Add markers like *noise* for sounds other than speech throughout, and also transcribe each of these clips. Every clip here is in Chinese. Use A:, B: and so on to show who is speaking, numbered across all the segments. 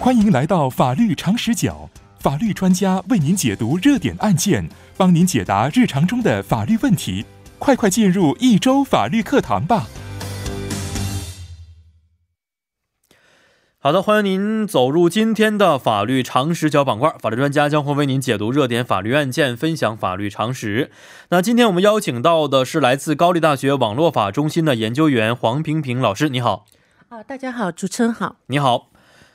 A: 欢迎来到法律常识角，法律专家为您解读热点案件，帮您解答日常中的法律问题。快快进入一周法律课堂吧！
B: 好的，欢迎您走入今天的法律常识角板块，法律专家将会为您解读热点法律案件，分享法律常识。那今天我们邀请到的是来自高丽大学网络法中心的研究员黄平平老师，你好，
C: 啊，大家好，主持人好。
B: 你好。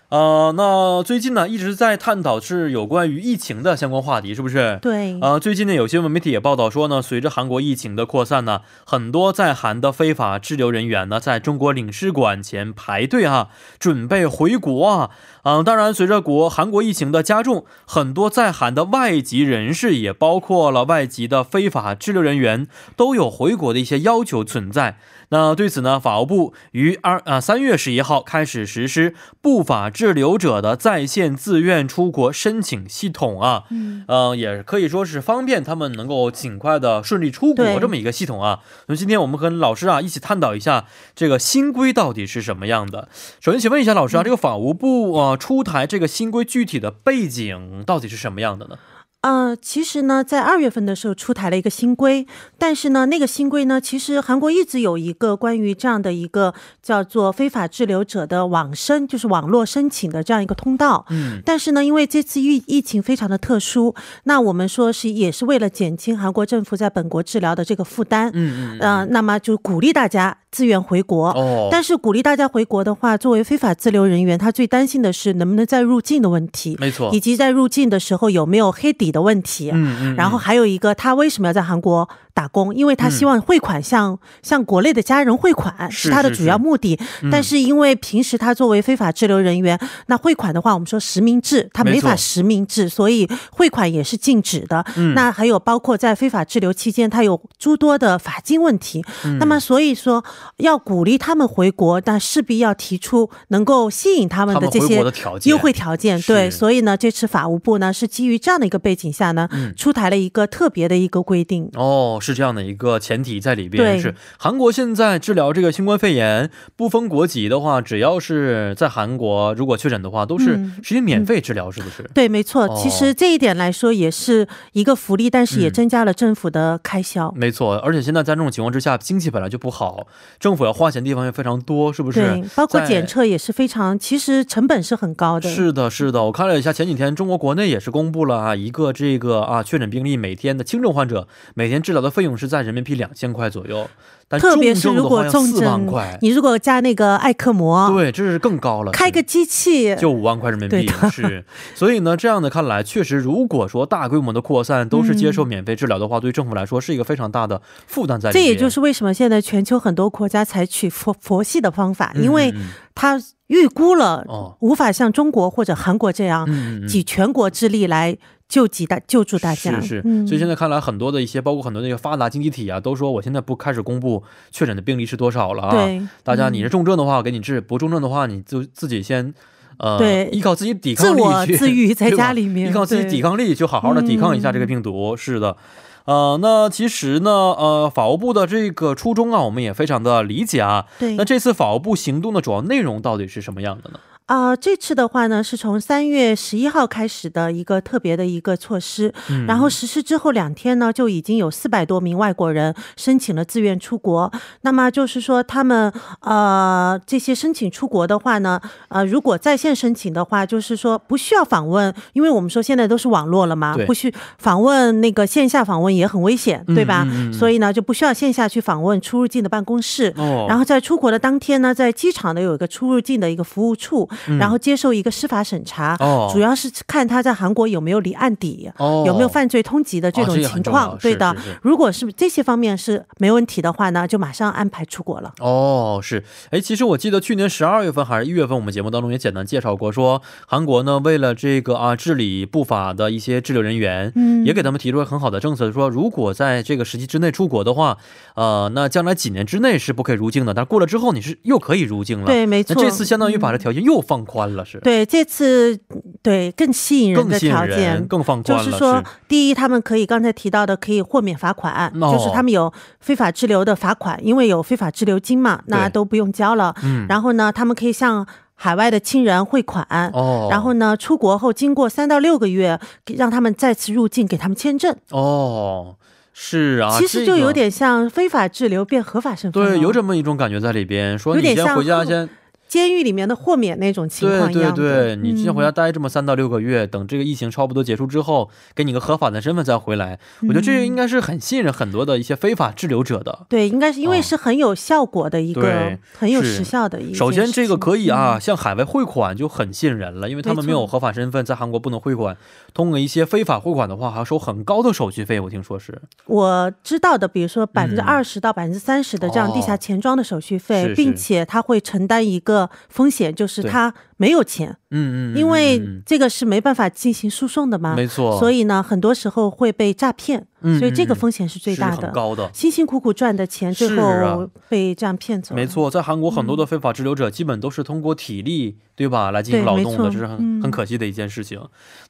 B: 呃，那最近呢一直在探讨是有关于疫情的相关话题，是不是？
C: 对，
B: 呃，最近呢，有新闻媒体也报道说呢，随着韩国疫情的扩散呢，很多在韩的非法滞留人员呢，在中国领事馆前排队啊，准备回国啊。嗯、当然，随着国韩国疫情的加重，很多在韩的外籍人士，也包括了外籍的非法滞留人员，都有回国的一些要求存在。那对此呢，法务部于二啊三月十一号开始实施不法滞留者的在线自愿出国申请系统啊。
C: 嗯，
B: 呃，也可以说是方便他们能够尽快的顺利出国
C: 对
B: 这么一个系统啊。那今天我们跟老师啊一起探讨一下这个新规到底是什么样的。首先，请问一下老
C: 嗯
B: 师啊，这个法务部啊、呃出台这个新规具体的背景到底是什么样的呢？
C: 呃，其实呢，在二月份的时候出台了一个新规，但是呢，那个新规呢，其实韩国一直有一个关于这样的一个叫做非法滞留者的网申，就是网络申请的这样一个通道。
B: 嗯，
C: 但是呢，因为这次疫疫情非常的特殊，那我们说是也是为了减轻韩国政府在本国治疗的这个负担，
B: 嗯嗯嗯，
C: 呃，那么就鼓励大家自愿回国。
B: 哦，
C: 但是鼓励大家回国的话，作为非法滞留人员，他最担心的是能不能再入境的问题，
B: 没错
C: 以，及在入境的时候有没有黑底的问题。啊
B: 嗯嗯，
C: 然后还有一个，他为什么要在韩国打工？因为他希望汇款向、向国内的家人汇款
B: 是
C: 是他的
B: 是嗯
C: 主要目的。但是因为平时他作为非法滞留人员，那汇款的话，我们说实名制，他
B: 没
C: 没法
B: 错
C: 实名制，所以汇款也是禁止的。
B: 嗯
C: 那还有包括在非法滞留期间，他有诸多的法金问题。
B: 嗯
C: 那么所以说，要鼓励他们回国，但势必要提出能够吸引他们
B: 他
C: 的
B: 们
C: 这
B: 回
C: 些
B: 国的条件
C: 优惠条件。
B: 是
C: 对，所以呢，这次法务部呢是基于这样的一个背景下呢，出台了一个特别的一个规定。
B: 嗯哦，是这样的一个前提在里边。
C: 对
B: 是韩国现在治疗这个新冠肺炎不分国籍的话，只要是在韩国如果确诊的话，都是
C: 嗯
B: 实行免费治疗，是不是？
C: 对，没错
B: 哦，
C: 其实这一点来说也是一个福利，但是也
B: 嗯
C: 增加了政府的开销。
B: 没错，而且现在在这种情况之下，经济本来就不好，政府要花钱的地方也非常多，是不
C: 对
B: 是？，
C: 包括
B: 在
C: 检测也是非常，其实成本是很高的。
B: 是的，是的，我看了一下，前几天中国国内也是公布了啊，一个这个啊确诊病例每天的轻症患者每天治疗的费用是在人民币两千块左右，但
C: 特别是
B: 重症的话
C: 如果
B: 要
C: 重
B: 四万
C: 症
B: 块，，
C: 你如果加那个艾克膜，
B: 对，这是更高了。
C: 开
B: 是
C: 个机器，
B: 就五万块人民
C: 对
B: 币
C: 的
B: 是，所以呢，这样的看来，确实，如果说大规模的扩散都是接受免费治疗的话，对政府来说是一个非常大的负担在里
C: 嗯这
B: 面。
C: 也就是为什么现在全球很多国家采取佛佛系的方法，
B: 嗯
C: 因为
B: 嗯
C: 它预估了
B: 哦
C: 无法像中国或者韩国这样
B: 嗯嗯嗯
C: 举全国之力来救济大救助大家。
B: 是是，
C: 嗯
B: 所以现在看来，很多的一些包括很多那个发达经济体啊，都说我现在不开始公布确诊的病例是多少了啊。，
C: 对
B: 大家
C: 嗯
B: 你是重症的话，我给你治；不重症的话，你就自己先呃，
C: 对
B: 依靠自己抵
C: 自
B: 抗力
C: 我
B: 去
C: 自愈在
B: 对吧
C: 家里面，嗯
B: 依靠自己抵
C: 抗。
B: 抗力去好好的抵抗一下这个病毒。是的，呃，那其实呢，呃，法务部的这个初衷啊，我们也非常的理解啊。
C: 对
B: 那，这次法务部行动的主要内容到底是什么样的呢？
C: 啊、这次的话呢，是从三月十一号开始的一个特别的一个措施，
B: 嗯
C: 然后实施之后两天呢，就已经有四百多名外国人申请了自愿出国。那么就是说，他们呃这些申请出国的话呢，呃，如果在线申请的话，就是说不需要访问，因为我们说现在都是网络了嘛
B: 对，
C: 不需访问那个线下访问也很危险，对吧？
B: 嗯嗯嗯
C: 所以呢，就不需要线下去访问出入境的办公室。
B: 哦，
C: 然后在出国的当天呢，在机场呢有一个出入境的一个服务处，然后接受一个司法审查，
B: 嗯哦
C: 主要是看他在韩国有没有离案底，
B: 哦
C: 有没有犯罪通缉的这
B: 哦
C: 种
B: 这也
C: 情
B: 很重
C: 况。
B: 要
C: 对
B: 是
C: 的，
B: 是是
C: 如果是这些方面是没问题的话呢，就马上安排出国了。
B: 哦，是，哎，其实我记得去年十二月份还是一月份，我们节目当中也简单介绍过说，韩国呢为了这个啊治理不法的一些滞留人员，
C: 嗯
B: 也给他们提出了很好的政策，说如果在这个时期之内出国的话，呃，那将来几年之内是不可以入境的，但是过了之后你是又可以入境了。
C: 对，没
B: 那
C: 错。嗯
B: 这次相当于把这条件又放宽了，是
C: 对这次对更吸引人
B: 更
C: 的
B: 吸引
C: 条
B: 人，
C: 件。
B: 更放宽
C: 就
B: 了，
C: 是说，第一，他们可以刚才提到的可以豁免罚款，
B: 哦
C: 就是他们有非法滞留的罚款，因为有非法滞留金嘛，那
B: 对
C: 都不用交了。
B: 嗯，
C: 然后呢，他们可以向海外的亲人汇款。
B: 哦，
C: 然后呢，出国后经过三到六个月，给让他们再次入境，给他们签证。
B: 哦，是啊，
C: 其实
B: 这
C: 就
B: 个
C: 有点像非法滞留变合法身份了，哦
B: 对，有这么一种感觉在里边，说
C: 有
B: 你
C: 点
B: 先
C: 像
B: 回家
C: 后
B: 先，
C: 监狱里面的豁免那种情
B: 对
C: 况一
B: 对
C: 样的。
B: 对，你先回家
C: 嗯
B: 待这么三到六个月，等这个疫情差不多结束之后，给你个合法的身份再回来。我觉得这个应该是很信任很多的一些非法滞留者的。
C: 对，应该是因为
B: 哦
C: 是很有效果的一个，
B: 对
C: 很有
B: 是
C: 时效的一件事情。
B: 首先，这个可以啊，向海外汇款就很信人了，因为他们没有合法身份，在韩国不能汇款。通过一些非法汇款的话，还要收很高的手续费，我听说是。
C: 我知道的，比如说百分之二十到百分之三十的这样地
B: 嗯哦
C: 下钱庄的手续费，
B: 是是
C: 并且他会承担一个风险，就是
B: 对
C: 他没有钱，
B: 嗯嗯嗯，
C: 因为
B: 嗯
C: 这个是没办法进行诉讼的嘛
B: 嗯，没错，
C: 所
B: 以
C: 以呢，很多时候会被诈骗，
B: 嗯
C: 所以这个
B: 嗯嗯
C: 风险是最大的
B: 很。高的。
C: 辛辛苦苦赚的钱，最
B: 是啊
C: 后被这样骗走了。
B: 没错，在韩国很多的非法滞留者基本都是通过体力，对吧，来进行
C: 对
B: 劳
C: 没
B: 动的，
C: 错
B: 这是很
C: 嗯
B: 很可惜的一件事情。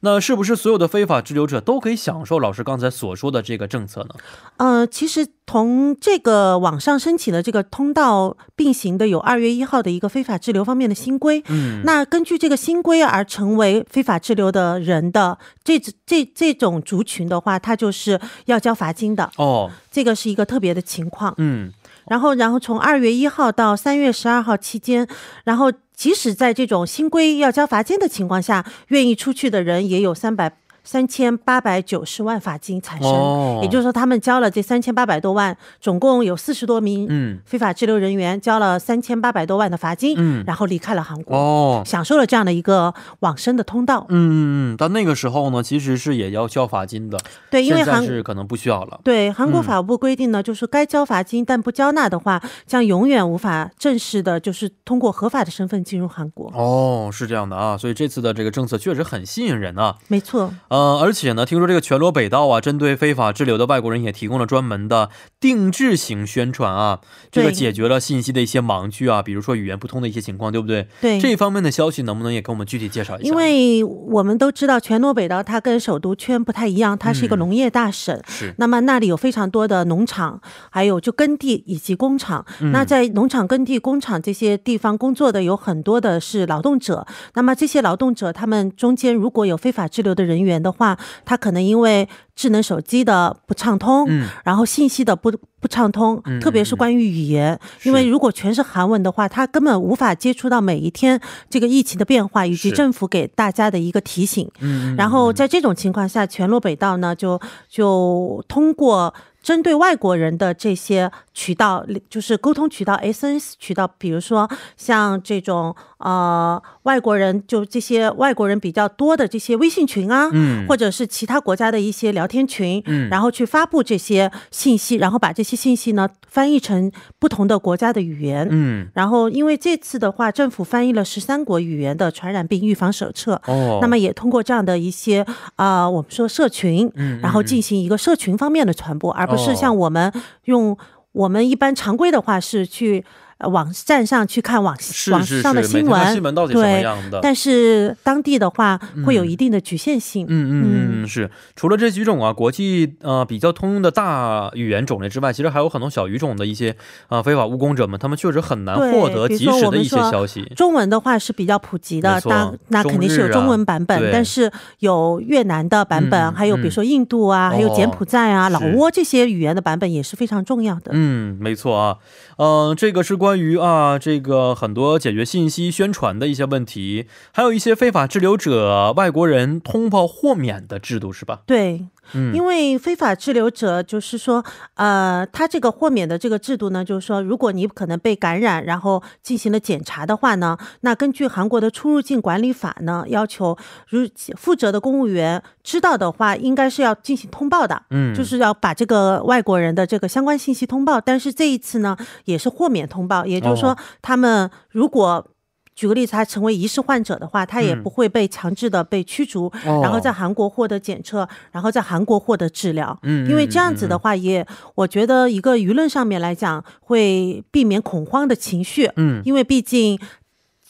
B: 那是不是所有的非法滞留者都可以享受老师刚才所说的这个政策呢？
C: 呃，其实同这个网上申请的这个通道并行的有二月一号的一个非法滞留方面的新规。
B: 嗯，
C: 那根据这个新规而成为非法滞留的人的这这这种族群的话，他就是要交罚金的，
B: 哦，
C: 这个是一个特别的情况。
B: 嗯，
C: 然后，然后从二月一号到三月十二号期间，然后即使在这种新规要交罚金的情况下，愿意出去的人也有三百三千八百九十万罚金产生。
B: 哦，
C: 也就是说，他们交了这三千八百多万，总共有四十多名
B: 嗯
C: 非法滞留人员交了三千八百多万的罚金，
B: 嗯
C: 然后离开了韩国，
B: 哦，
C: 享受了这样的一个往生的通道。
B: 嗯嗯嗯，但那个时候呢，其实是也要交罚金的，
C: 对，因为
B: 现在
C: 韩
B: 是可能不需要了。
C: 对韩国
B: 嗯
C: 法务部规定呢，就是该交罚金但不交纳的话，将永远无法正式的，就是通过合法的身份进入韩国。
B: 哦，是这样的啊，所以这次的这个政策确实很吸引人啊。
C: 没错，
B: 呃，而且呢，听说这个全罗北道啊，针对非法滞留的外国人也提供了专门的定制型宣传啊，这个
C: 对
B: 解决了信息的一些盲区啊，比如说语言不通的一些情况，对不对？
C: 对。
B: 这方面的消息能不能也给我们具体介绍一下？
C: 因为我们都知道，全罗北道它跟首都圈不太一样，它是一个
B: 嗯
C: 农业大省，
B: 是
C: 那么那里有非常多的农场，还有就耕地以及工厂。
B: 嗯
C: 那在农场、耕地、工厂这些地方工作的有很多的是劳动者。那么这些劳动者，他们中间如果有非法滞留的人员的话，他可能因为智能手机的不畅通，
B: 嗯
C: 然后信息的不不畅通
B: 嗯，
C: 特别是关于语言，因为如果全是韩文的话，他根本无法接触到每一天这个疫情的变化以及
B: 是
C: 政府给大家的一个提醒。
B: 嗯，嗯
C: 然后在这种情况下，全罗北道呢就就通过针对外国人的这些渠道，就是沟通渠道、SNS 渠道，比如说像这种呃外国人，就这些外国人比较多的这些微信群啊。
B: 嗯，
C: 或者是其他国家的一些聊天群，
B: 嗯
C: 然后去发布这些信息，然后把这些信息呢翻译成不同的国家的语言，
B: 嗯
C: 然后因为这次的话，政府翻译了十三国语言的传染病预防手册，
B: 哦，
C: 那么也通过这样的一些啊、呃我们说社群，
B: 嗯，嗯
C: 然后进行一个社群方面的传播，而
B: 哦
C: 不是像我们用我们一般常规的话是去呃网站上去看网
B: 是
C: 网
B: 是
C: 上的
B: 是每
C: 新
B: 天看
C: 闻，
B: 新闻到底什么
C: 对。
B: 样的？
C: 但是当地的话会有一定的局限性，
B: 嗯嗯嗯，是。除了这几种啊，国际呃比较通用的大语言种类之外，其实还有很多小语种的一些啊、呃非法务工者们，他们确实很难
C: 对
B: 获得
C: 比
B: 及
C: 如说
B: 时
C: 我
B: 的一
C: 们
B: 些
C: 说
B: 消息。
C: 中文的话是比较普及
B: 没
C: 的，
B: 错
C: 那那肯定是
B: 中
C: 有
B: 日啊
C: 中文版本，
B: 对
C: 但是有越南的版本，
B: 嗯
C: 还有比如说印度
B: 嗯
C: 啊，还有柬埔寨啊、
B: 哦
C: 老挝这些语言的版本也是非常重要的。
B: 嗯，没错啊，嗯、这个是关于啊，这个很多解决信息宣传的一些问题，还有一些非法滞留者、外国人通报豁免的制度是吧？
C: 对，
B: 嗯
C: 因为非法滞留者就是说，呃，他这个豁免的这个制度呢，就是说，如果你可能被感染，然后进行了检查的话呢，那根据韩国的出入境管理法呢，要求如负责的公务员知道的话，应该是要进行通报的。
B: 嗯，
C: 就是要把这个外国人的这个相关信息通报，但是这一次呢，也是豁免通报，也就是
B: 哦
C: 说，他们如果举个例子，他成为疑似患者的话，他也
B: 嗯
C: 不会被强制的被驱逐，
B: 哦
C: 然后在韩国获得检测，然后在韩国获得治疗。
B: 嗯，嗯
C: 因为这样子的
B: 嗯
C: 话也，我觉得一个舆论上面来讲，会避免恐慌的情绪，
B: 嗯，
C: 因为毕竟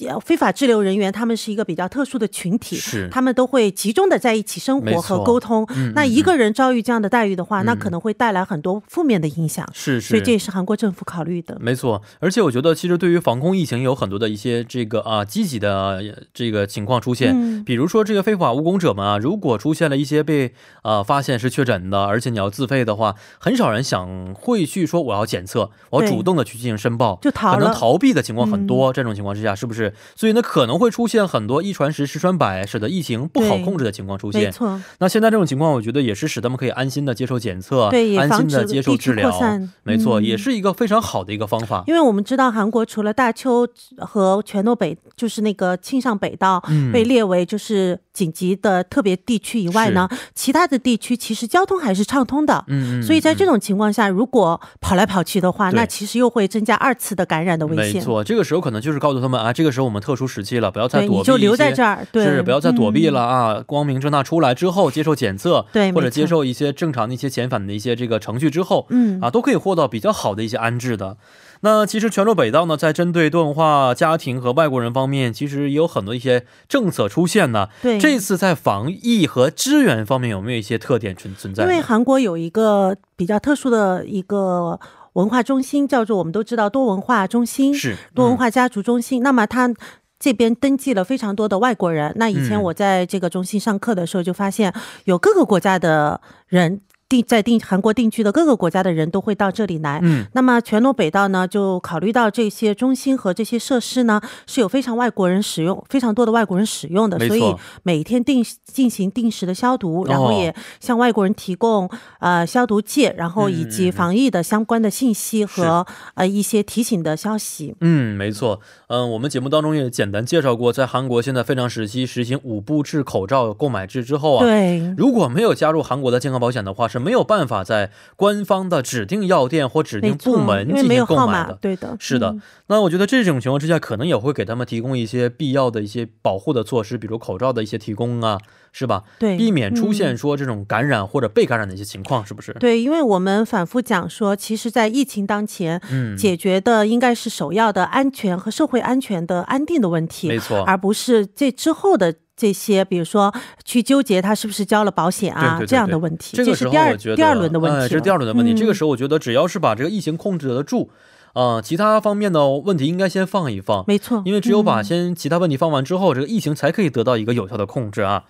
C: 呃非法滞留人员他们是一个比较特殊的群体，
B: 是
C: 他们都会集中的在一起生
B: 没
C: 活和
B: 错
C: 沟通。
B: 嗯
C: 那
B: 嗯
C: 一
B: 嗯
C: 个人遭遇这样的待遇的话，那可
B: 嗯
C: 能会带来很多负面的影响，
B: 是
C: 所以
B: 是
C: 这也是韩国政府考虑的。
B: 没错，而且我觉得其实对于防控疫情有很多的一些这个啊积极的呃这个情况出现，
C: 嗯
B: 比如说这个非法务工者们啊，如果出现了一些被呃发现是确诊的，而且你要自费的话，很少人想会去说我要检测，我要
C: 对
B: 主动的去进行申报，
C: 就逃
B: 可能
C: 了嗯
B: 逃避的情况很多，这种情况之下是不是？所以呢，可能会出现很多一传十，十传百，使得疫情不好
C: 对
B: 控制的情况出
C: 没
B: 现。
C: 错，
B: 那现在这种情况，我觉得也是使他们可以安心的接受检测，
C: 对也
B: 安
C: 防
B: 心的
C: 止
B: 接受
C: 地区
B: 治疗
C: 扩散，
B: 没错、
C: 嗯
B: 也是一个非常好的一个方法。
C: 因为我们知道韩国除了大邱和全诺北，就是那个庆尚北道
B: 嗯
C: 被列为就是紧急的特别地区以外呢，其他的地区其实交通还是畅通的。
B: 嗯，嗯
C: 所以在这
B: 嗯
C: 种情况下，如果跑来跑去的话，
B: 对
C: 那其实又会增加二次的感染的危
B: 没
C: 险。
B: 错，这个时候可能就是告诉他们啊，这个时候我们特殊时期了，不要再
C: 对，
B: 躲避一
C: 你
B: 些，
C: 就留在这儿，对，
B: 是不要再躲避
C: 嗯
B: 了啊！光明正大出来之后，接受检测，
C: 对
B: 或者
C: 没错
B: 接受一些正常的一些遣返的一些这个程序之后，
C: 嗯
B: 啊，都可以获到比较好的一些安置的。那其实全罗北道呢，在针对多文化家庭和外国人方面，其实也有很多一些政策出现呢。
C: 对，
B: 啊这次在防疫和支援方面有没有一些特点存存在
C: 因
B: 呢？
C: 为韩国有一个比较特殊的一个文化中心，叫做我们都知道多文化中心，
B: 是
C: 多文、化家族中心。那么它这边登记了非常多的外国人。那以前
B: 嗯
C: 我在这个中心上课的时候，就发现有各个国家的人定在定韩国定居的各个国家的人都会到这里来。
B: 嗯嗯，
C: 那么全罗北道呢，就考虑到这些中心和这些设施呢是有非常外国人使用、非常多的外国人使用的，
B: 没
C: 所
B: 错哦
C: 以每天定进行定时的消毒，然后也向外国人提供呃消毒剂，然后以
B: 嗯嗯
C: 及
B: 嗯
C: 防疫的相关的信息和呃一些提醒的消息。
B: 嗯，没错。嗯，我们节目当中也简单介绍过，在韩国现在非常时期实行五步制口罩购买制之后啊，
C: 对，
B: 如果没有加入韩国的健康保险的话，是没有办法在官方的指定药店或指
C: 没
B: 定部
C: 错，
B: 门
C: 因为
B: 进
C: 没
B: 行
C: 有
B: 购
C: 号
B: 买
C: 码，
B: 的。
C: 对的，
B: 是的
C: 嗯，
B: 那我觉得这种情况之下，可能也会给他们提供一些必要的一些保护的措施，比如口罩的一些提供啊，是吧？
C: 对，
B: 避免出
C: 嗯
B: 现说这种感染或者被感染的一些情况，是不是？
C: 对，因为我们反复讲说，其实，在疫情当前，
B: 嗯，
C: 解决的应该是首要的安全和社会安全的安定的问
B: 没
C: 题，
B: 错，
C: 而不是这之后的这些，比如说去纠结他是不是交了保险啊
B: 对对对
C: 这样的问题。
B: 这个时
C: 是
B: 候
C: 第
B: 我
C: 二
B: 觉得
C: 第二轮的问题
B: 哎
C: 了、
B: 这是第二轮的问题。
C: 嗯
B: 这个时候我觉得只要是把这个疫情控制得住，呃，其他方面的问题应该先放一放，
C: 没错，
B: 因为只有把
C: 嗯
B: 先其他问题放完之后，这个疫情才可以得到一个有效的控制啊。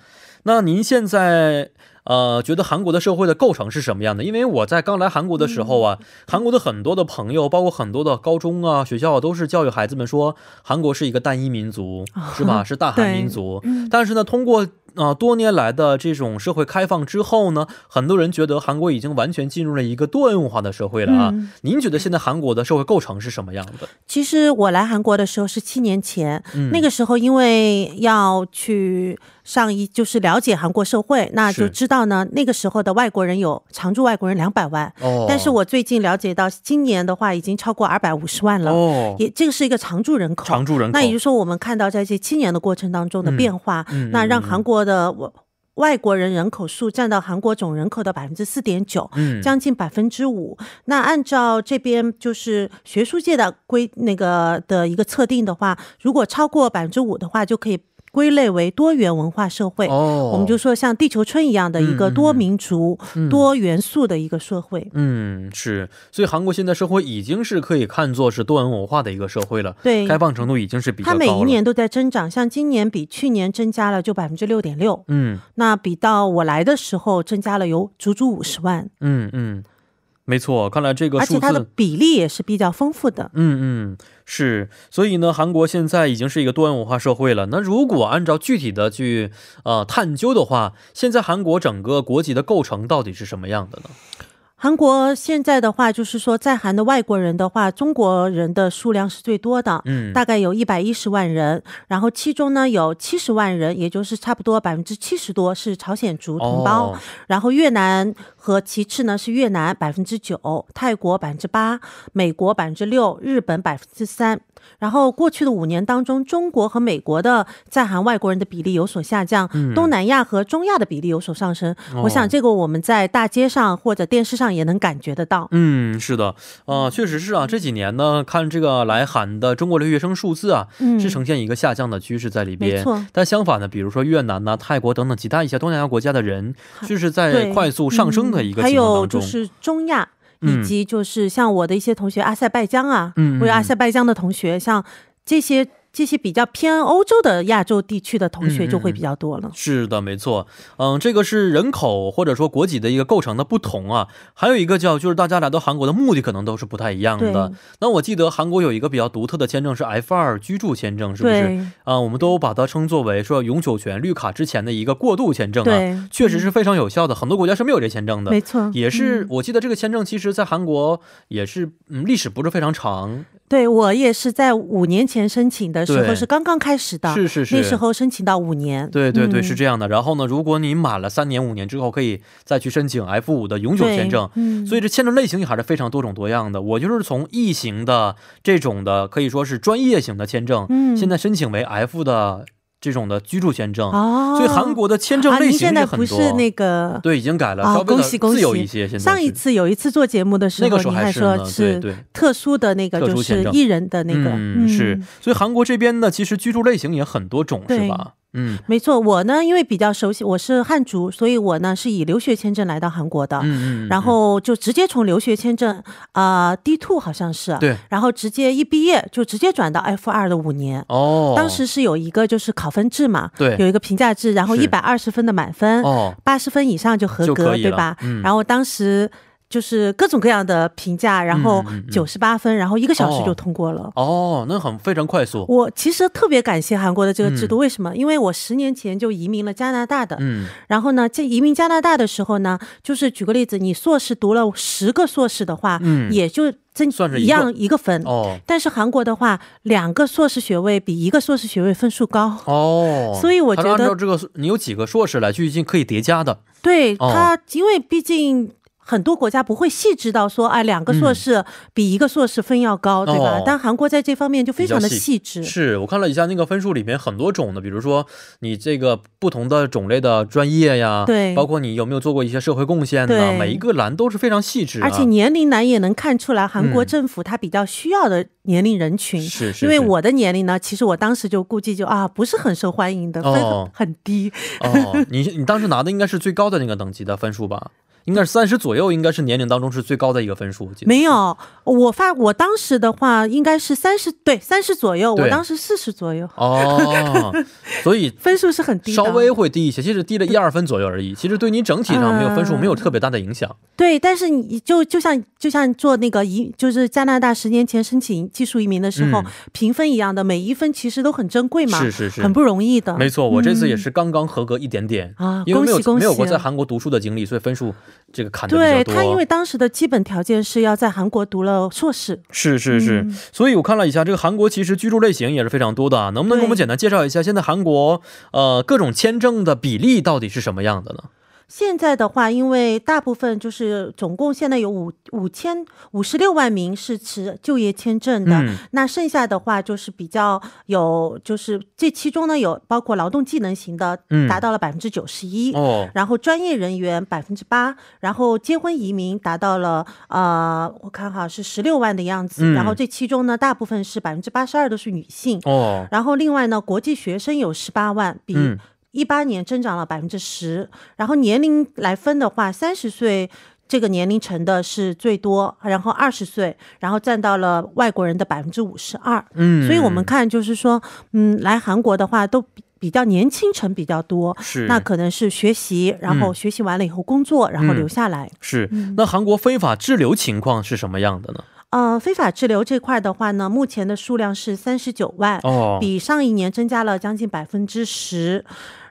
B: 那您现在呃觉得韩国的社会的构成是什么样的？因为我在刚来韩国的时候
C: 嗯
B: 啊，韩国的很多的朋友，包括很多的高中啊、学校啊，都是教育孩子们说韩国是一个单一民族，是
C: *laughs*
B: 吧？是大韩
C: 哦对嗯
B: 民族。但是呢，通过啊、呃多年来的这种社会开放之后呢，很多人觉得韩国已经完全进入了一个多元文化的社会了啊。
C: 嗯
B: 您觉得现在韩国的社会构成是什么样的？
C: 其实我来韩国的时候是七年前，
B: 嗯
C: 那个时候因为要去上一就是了解韩国社会，那就是知道呢，那个时候的外国人有常住外国人两百万，
B: 哦，
C: 但是我最近了解到，今年的话已经超过二百五十万了，
B: 哦，
C: 也这个是一个常住人口。
B: 常住人口，
C: 那也就是说，我们看到在这七年的过程当中的
B: 嗯
C: 变化，
B: 嗯
C: 那让
B: 嗯
C: 韩国的我。外国人人口数占到韩国总人口的百分之四点九，
B: 嗯
C: 将近百分之五。那按照这边就是学术界的规那个的一个测定的话，如果超过百分之五的话，就可以归类为多元文化社会。
B: 哦，
C: 我们就说像地球村一样的一个
B: 嗯嗯
C: 多
B: 嗯
C: 民族、
B: 嗯
C: 多元素的一个社会。
B: 嗯是，所以韩国现在社会已经是可以看作是多元文化的一个社会了，
C: 对
B: 开放程度已经是比较
C: 它
B: 高了。
C: 每一年都在增长，像今年比去年增加了就百分之六点六，
B: 嗯
C: 那比到我来的时候增加了有足足五十万，
B: 嗯嗯，没错，看来这个
C: 而且
B: 数
C: 它的
B: 字。
C: 比例也是比较丰富的。
B: 嗯嗯，是，所以呢，韩国现在已经是一个多元文化社会了。那如果按照具体的去呃探究的话，现在韩国整个国籍的构成到底是什么样的呢？
C: 韩国现在的话，就是说在韩的外国人的话，中国人的数量是最多的。
B: 嗯，
C: 大概有一百一十万人，然后其中呢有七十万人，也就是差不多百分之七十多是朝鲜族同胞，
B: 哦、
C: 然后越南和其次呢是越南百分之九，泰国百分之八，美国百分之六，日本百分之三。然后过去的五年当中，中国和美国的在韩外国人的比例有所下降，
B: 嗯
C: 东南亚和中亚的比例有所上升。
B: 哦
C: 我想这个我们在大街上或者电视上也能感觉得到。
B: 嗯，是的，啊、确实是啊。这几年呢，看这个来韩的中国留学生数字啊，
C: 嗯
B: 是呈现一个下降的趋势在里边。
C: 没错
B: 但相反呢，比如说越南呐、泰国等等其他一些东南亚国家的人，就是在
C: 对嗯
B: 快速上升的一个
C: 还
B: 情况
C: 有
B: 当中。
C: 就是中亚。
B: 嗯
C: 以及就是像我的一些同学，阿塞拜疆啊，
B: 嗯嗯
C: 我有阿塞拜疆的同学，像这些这些比较偏欧洲的亚洲地区的同
B: 嗯
C: 学就会比较多了。
B: 是的，没错，嗯，这个是人口或者说国籍的一个构成的不同啊，还有一个叫就是大家来到韩国的目的可能都是不太一样的
C: 对。
B: 那我记得韩国有一个比较独特的签证是 F 二居住签证，是不是？
C: 对
B: 啊、我们都把它称作为说永久权绿卡之前的一个过渡签证啊，
C: 对，嗯
B: 确实是非常有效的，很多国家是没有这签证的
C: 没。错，
B: 也是，
C: 嗯
B: 我记得这个签证其实，在韩国也是，嗯，历史不是非常长，
C: 对我也是在五年前申请的时
B: 对
C: 候是刚刚开始的，
B: 是是是，
C: 那时候申请到五年。
B: 对对对，
C: 嗯
B: 是这样的。然后呢，如果你满了三年、五年之后，可以再去申请 F 五的永久签证。
C: 对嗯，
B: 所
C: 以
B: 以这签证类型也还是非常多种多样的。我就是从 E 型的这种的，可以说是专业型的签证，
C: 嗯
B: 现在申请为 F 的这种的居住签证。
C: 哦，
B: 所以韩国的签证
C: 啊，
B: 类
C: 您
B: 型也
C: 现在
B: 很多。
C: 不是那个。
B: 对，已经改了，
C: 啊
B: 稍微
C: 恭
B: 的
C: 喜恭
B: 自由
C: 喜
B: 一些。现在
C: 上一
B: 是
C: 次有一次做节目的时候，
B: 那个时候
C: 你
B: 还
C: 还
B: 是呢
C: 说是
B: 对对
C: 特殊的那个，
B: 特殊
C: 就
B: 签
C: 是
B: 证
C: 艺人的那个，
B: 嗯是，所以韩国这边呢，其实居住类型也很多种，是
C: 对
B: 吧？嗯
C: 没错，我呢因为比较熟悉，我是汉族，所以我呢是以留学签证来到韩国的，
B: 嗯嗯，
C: 然后就直接从留学签证啊、D two 好像是，
B: 对
C: 然后直接一毕业就直接转到 F 二的五年。
B: 哦，
C: 当时是有一个就是考分制嘛，
B: 对
C: 有一个评价制，然后
B: 是
C: 一百二十分的满分，
B: 哦
C: 八十分以上就合
B: 就
C: 格，
B: 可以
C: 对
B: 了
C: 吧？
B: 嗯
C: 然后当时就是各种各样的评价，然后
B: 嗯嗯嗯
C: 九十八分，然后一个小时
B: 哦
C: 就通过了。
B: 哦，那很非常快速。
C: 我其实特别感谢韩国的这个制度，
B: 嗯
C: 为什么？因为我十年前就移民了加拿大的，
B: 嗯，
C: 然后呢，这移民加拿大的时候呢，就是举个例子，你硕士读了十个硕士的话，
B: 嗯
C: 也就真
B: 算是一
C: 一
B: 个
C: 样一个分。
B: 哦
C: 但是韩国的话，两个硕士学位比一个硕士学位分数高，
B: 哦，
C: 所以我
B: 它
C: 觉
B: 是
C: 得
B: 按照这个，你有几个硕士来去进可以叠加的。
C: 对
B: 哦
C: 它，因为毕竟。很多国家不会细致到说，哎，两个硕士比一个硕士分要高，对吧
B: 嗯哦？
C: 但韩国在这方面就非常的
B: 比较
C: 细致，
B: 是我看了一下那个分数里面很多种的，比如说你这个不同的种类的专业呀，
C: 对
B: 包括你有没有做过一些社会贡献呢？
C: 对
B: 每一个栏都是非常细致、啊，
C: 而且年龄栏也能看出来韩国
B: 嗯
C: 政府它比较需要的年龄人群。
B: 是是，
C: 因为
B: 是
C: 我的年龄呢，其实我当时就估计就啊，不是很受欢迎的，分
B: 哦
C: 很低。
B: 哦，你你当时拿的应该是最高的那个等级的分数吧？应该是三十左右，应该是年龄当中是最高的一个分数，我记得。
C: 没有，我发我当时的话应该是三十，对，三十左右，
B: 对
C: 我当时四十左右，
B: 哦， *laughs* 所以
C: 分数是很低的。
B: 稍微会低一些，其实低了一二分左右而已。其实对你整体上没有分数，
C: 嗯
B: 没有特别大的影响。
C: 对，但是你就就像就像做那个移，就是加拿大十年前申请技术移民的时候、
B: 嗯
C: 评分一样的，每一分其实都很珍贵嘛，
B: 是是是
C: 很不容易的。
B: 没错，我这次也是刚刚合格一点点
C: 嗯啊
B: 因为没有
C: 恭喜恭喜
B: 没有过在韩国读书的经历，所以分数这个砍的比较
C: 对
B: 多。
C: 他，因为当时的基本条件是要在韩国读了硕士，
B: 是是是、
C: 嗯
B: 所以我看了一下，这个韩国其实居住类型也是非常多的啊。能不能给我们
C: 对
B: 简单介绍一下现在韩国呃各种签证的比例到底是什么样的呢？
C: 现在的话，因为大部分就是总共现在有五五千五十六万名是持就业签证的、
B: 嗯
C: 那剩下的话就是比较有，就是这其中呢有包括劳动技能型的
B: 嗯，
C: 达到了百分之九十一。
B: 哦，
C: 然后专业人员百分之八，然后结婚移民达到了呃，我看哈是十六万的样子、
B: 嗯
C: 然后这其中呢，大部分是百分之八十二都是女性。
B: 哦，
C: 然后另外呢，国际学生有十八万，比
B: 嗯
C: 一八年增长了百分之十。然后年龄来分的话，三十岁这个年龄层的是最多，然后二十岁，然后占到了外国人的百分之五十二。
B: 嗯，
C: 所以我们看就是说，嗯，来韩国的话都比比较年轻层比较多。
B: 是
C: 那可能是学习，然
B: 嗯
C: 后学习完了以后工作，然后留下来。
B: 是
C: 嗯
B: 那韩国非法滞留情况是什么样的呢？
C: 呃，非法滞留这块的话呢，目前的数量是三十九万，
B: 哦，
C: 比上一年增加了将近百分之十，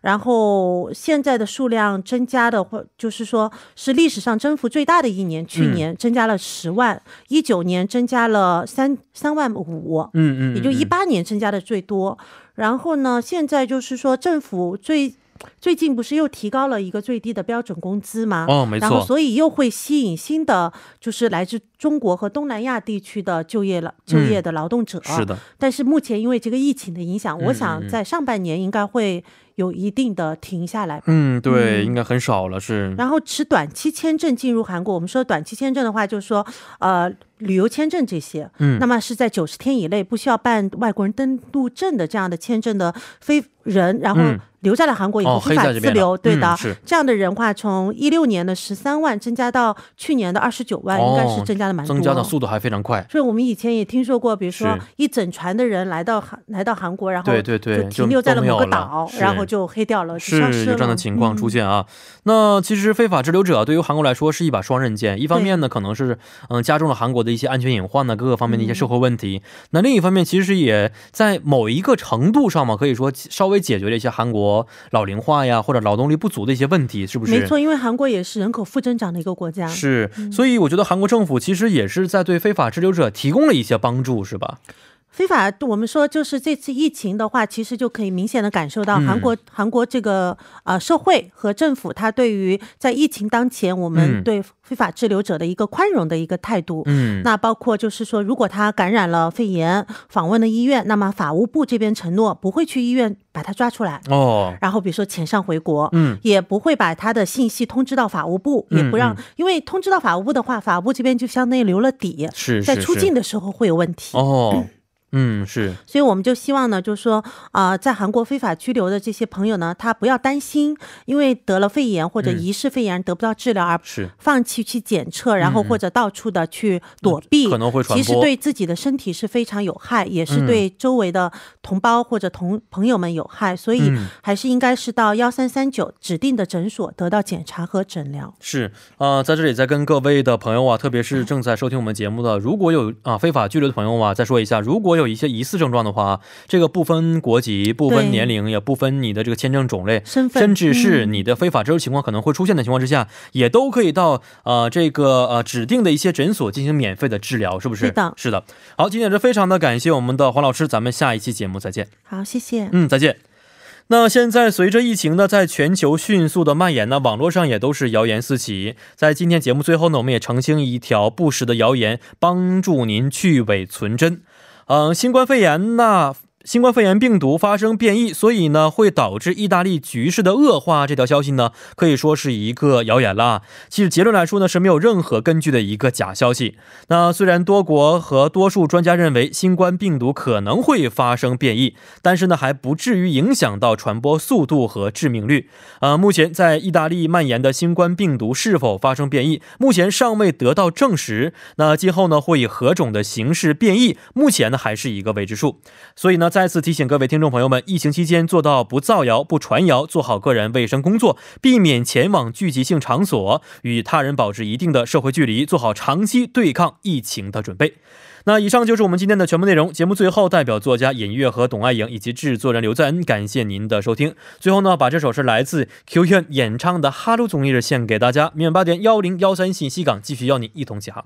C: 然后现在的数量增加的话，就是说是历史上增幅最大的一年，去
B: 嗯
C: 年增加了十万，一九年增加了三三万五，
B: 嗯嗯，
C: 也就
B: 嗯
C: 一八年增加的最多。然后呢，现在就是说政府最最近不是又提高了一个最低的标准工资吗？
B: 哦，没
C: 然后，
B: 错，
C: 所以又会吸引新的，就是来自中国和东南亚地区的就业了就业的劳动者。
B: 嗯是的，
C: 但是目前因为这个疫情的影响，
B: 嗯
C: 我
B: 嗯嗯
C: 想在上半年应该会有一定的停下来。
B: 嗯，对，
C: 嗯
B: 应该很少了，是，
C: 然后持短期签证进入韩国，我们说短期签证的话，就是说，呃，旅游签证这些，
B: 嗯
C: 那么是在九十天以内不需要办外国人登陆证的这样的签证的非人，然后
B: 嗯
C: 留在了韩国以
B: 哦
C: 后非
B: 黑
C: 法
B: 在这
C: 自
B: 边
C: 留，
B: 了
C: 对的
B: 嗯，是
C: 这样的人话，从一六年的十三万增加到去年的二十九万，
B: 哦
C: 应该是增加的蛮多。
B: 增加的速度还非常快，
C: 所以我们以前也听说过，比如说啊
B: 是
C: 一整船的人来到韩来到韩国，然后
B: 对对对
C: 就
B: 就
C: 停留在
B: 都
C: 了
B: 没
C: 某
B: 有
C: 个
B: 了
C: 岛，
B: 是
C: 然后就黑掉了，就是消
B: 有
C: 失
B: 这
C: 了。
B: 样的情况
C: 嗯
B: 出现啊。那其实非法滞留者对于韩国来说是一把双刃剑，一方面呢可能是嗯加重了韩国的一些安全隐患呢，各个方面的
C: 嗯
B: 一些社会问题。那另一方面，其实也在某一个程度上嘛，可以说稍微解决了一些韩国老龄化呀或者劳动力不足的一些问题，是不是？
C: 没错，因嗯为韩国也是人口负增长的一个国家。
B: 是，所以我觉得韩国政府其实也是在对非法滞留者提供了一些帮助，是吧？
C: 非法，我们说就是这次疫情的话，其实就可以明显的感受到
B: 嗯
C: 韩国、韩国这个呃社会和政府，它对于在疫情当前我
B: 嗯
C: 们对非法滞留者的一个宽容的一个态度。
B: 嗯，
C: 那包括就是说，如果他感染了肺炎，访问了医院，那么法务部这边承诺不会去医院把他抓出来，
B: 哦，
C: 然后比如说遣上回国，
B: 嗯，
C: 也不会把他的信息通知到法务部，也不让，因为通知到法务部的话，法务部这边就相当于留了底，
B: 是是
C: 在出
B: 是
C: 境的时候会有问题。
B: 哦，嗯，是，
C: 所以我们就希望呢，就是说啊、在韩国非法拘留的这些朋友呢，他不要担心，因为得了肺炎或者
B: 嗯
C: 疑似肺炎得不到治疗而
B: 是
C: 放弃去检测，然后或者到处的去躲避，
B: 嗯可能会传播
C: 其实对自己的身体是非常有害，也
B: 嗯
C: 是对周围的同胞或者同朋友们有害，所以
B: 嗯
C: 还是应该是到幺三三九指定的诊所得到检查和诊疗。
B: 是，呃，在这里再跟各位的朋友啊，特别是正在收听我们节目的，如果有啊、非法拘留的朋友啊，再说一下，如果有一些疑似症状的话，啊这个不分国籍、不分
C: 对
B: 年龄，也不分你的这个签证种类，
C: 身份
B: 甚至是
C: 嗯
B: 你的非法滞留情况可能会出现的情况之下，也都可以到呃这个呃指定的一些诊所进行免费的治疗，是不是？
C: 是的
B: 是的。好，今天也是非常的感谢我们的黄老师，咱们下一期节目再见。
C: 好，谢谢。
B: 嗯，再见。那现在随着疫情呢，在全球迅速的蔓延呢，网络上也都是谣言四起。在今天节目最后呢，我们也澄清一条不实的谣言，帮助您去伪存真。嗯、新冠肺炎呢，新冠肺炎病毒发生变异，所以呢会导致意大利局势的恶化。这条消息呢，可以说是一个谣言啦。其实结论来说呢，是没有任何根据的一个假消息。那虽然多国和多数专家认为新冠病毒可能会发生变异，但是呢，还不至于影响到传播速度和致命率。呃，目前在意大利蔓延的新冠病毒是否发生变异，目前尚未得到证实。那今后呢，会以何种的形式变异，目前呢还是一个未知数。所以呢，再次提醒各位听众朋友们，疫情期间做到不造谣、不传谣，做好个人卫生工作，避免前往聚集性场所，与他人保持一定的社会距离，做好长期对抗疫情的准备。那以上就是我们今天的全部内容。节目最后，代表作家尹月和董爱颖以及制作人刘在恩，感谢您的收听。最后呢，把这首是来自 QQ 演唱的《哈喽总一日》献给大家。明晚八点幺零幺三信息港继续邀您一同起航。